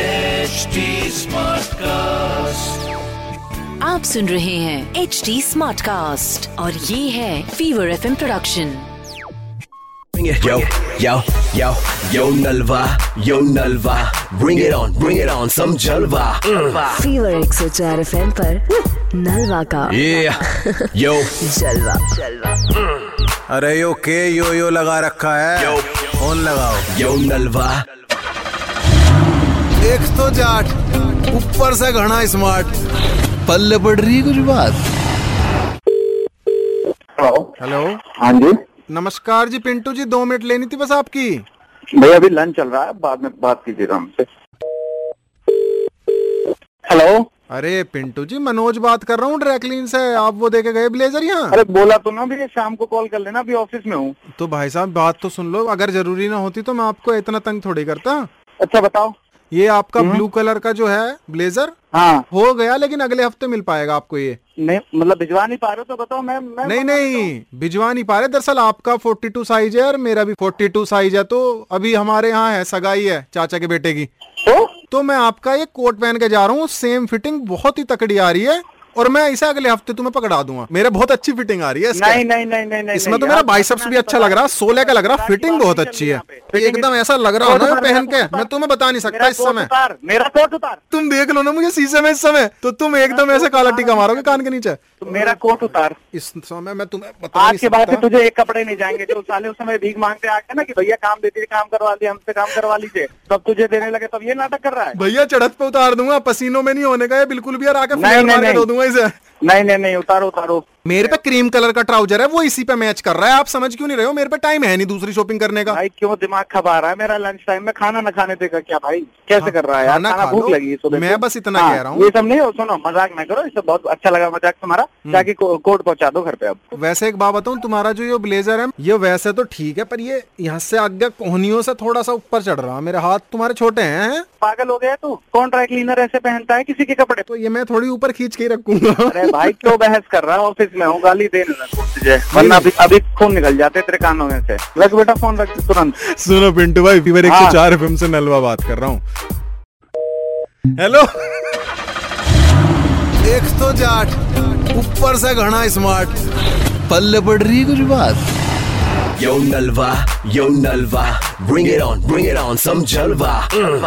HD Smartcast. आप सुन रहे हैं एच डी स्मार्ट कास्ट और ये है fever F production Bring it. Yo, yo, yo, yo Nalva, yo Nalva. Bring it on, bring it on, some Jalva. Mm. Fever एक सौ चार एफ एम नलवा का Yeah, yo, जलवा जलवा अरे यो के यो यो लगा रखा है Yo. फोन लगाओ yo Nalva. एक तो जाट ऊपर से घना स्मार्ट पल्ले पड़ रही है कुछ बात हेलो हेलो हाँ जी नमस्कार जी पिंटू जी दो मिनट लेनी थी बस आपकी भैया अभी लंच चल रहा है बाद में बात कीजिएगा हमसे हेलो अरे पिंटू जी मनोज बात कर रहा हूँ ड्रैकलीन से आप वो देके गए ब्लेजर यहाँ अरे बोला तो ना भैया शाम को कॉल कर लेना अभी ऑफिस में हूँ तो भाई साहब बात तो सुन लो अगर जरूरी ना होती तो मैं आपको इतना तंग थोड़ी करता अच्छा बताओ ये आपका ब्लू कलर का जो है ब्लेजर हाँ हो गया लेकिन अगले हफ्ते मिल पाएगा आपको ये नहीं मतलब भिजवा नहीं पा रहे हो तो बताओ मैं, मैं नहीं नहीं भिजवा नहीं पा रहे दरअसल आपका 42 साइज है और मेरा भी 42 साइज है तो अभी हमारे यहाँ है सगाई है चाचा के बेटे की तो तो मैं आपका ये कोट पहन के जा रहा हूँ सेम फिटिंग बहुत ही तकड़ी आ रही है और मैं इसे अगले हफ्ते तुम्हें पकड़ा दूंगा मेरे बहुत अच्छी फिटिंग आ रही है इसके। नहीं नहीं नहीं नहीं नहीं इसमें तो नहीं, मेरा आप- बाइसेप्स भी अच्छा लग रहा है सोलह का लग रहा है फिटिंग बहुत अच्छी है एकदम ऐसा लग रहा हो तो ना पहन के मैं तुम्हें बता नहीं सकता मेरा इस कोट समय उतार, मेरा कोट उतार तुम देख लो ना मुझे शीशे में इस समय तो तुम एकदम ऐसे काला टीका मारोगे कान के नीचे तो मेरा हाँ। कोट उतार इस समय मैं तुम्हें बता आज नहीं के बाद सकता से तुझे एक कपड़े नहीं जाएंगे जो साले उस समय भीख मांगते आ गए ना कि भैया काम दे दीजिए काम करवा लिए हमसे काम करवा लीजिए तब तुझे देने लगे तब ये नाटक कर रहा है भैया चढ़त पे उतार दूंगा पसीनों में नहीं होने का ये बिल्कुल भी यार आके नहीं, फ्लेयर नहीं, मार के नहीं। धो दूंगा इसे नहीं नहीं नहीं उतारो उतारो मेरे पे क्रीम कलर का ट्राउजर है वो इसी पे मैच कर रहा है आप समझ क्यों नहीं रहे हो मेरे पे टाइम है नहीं दूसरी शॉपिंग करने का भाई क्यों दिमाग खपा रहा है मेरा लंच टाइम में खाना ना खाने देगा क्या भाई कैसे कर रहा है यार हाँ, खाना खाना खा भूख लो। लगी है सुबह से। मैं बस इतना हाँ, कह रहा हूँ। ये सब नहीं हो सुनो मजाक ना करो इससे बहुत अच्छा लगा मजाक तुम्हारा हम्म। जाके को, कोर्ट पहुंचा दो घर पे अब वैसे एक बात बताऊं तुम्हारा जो ये ब्लेजर है ये वैसे तो ठीक है पर ये यहाँ से आगे कोहनियों से थोड़ा सा ऊपर चढ़ रहा है मेरे हाथ तुम्हारे छोटे हैं पागल हो गया तू कौन ड्राई क्लीनर ऐसे पहनता है किसी के कपड़े तो ये मैं थोड़ी ऊपर खींच के ही रखूंगा अरे भाई क्यों बहस कर रहा है ऑफिस में हूँ गाली देने लगा तुझे वरना अभी अभी खून निकल जाते तेरे कानों में से रख बेटा फोन रख तुरंत सुनो पिंटू भाई फीवर एक सौ हाँ। चार एफ से नलवा बात कर रहा हूँ हेलो एक तो जाट ऊपर से घना स्मार्ट पल्ले पड़ रही है कुछ बात Yo Nalva, yo Nalva. Bring it on, bring it on, some Jalva. Mm.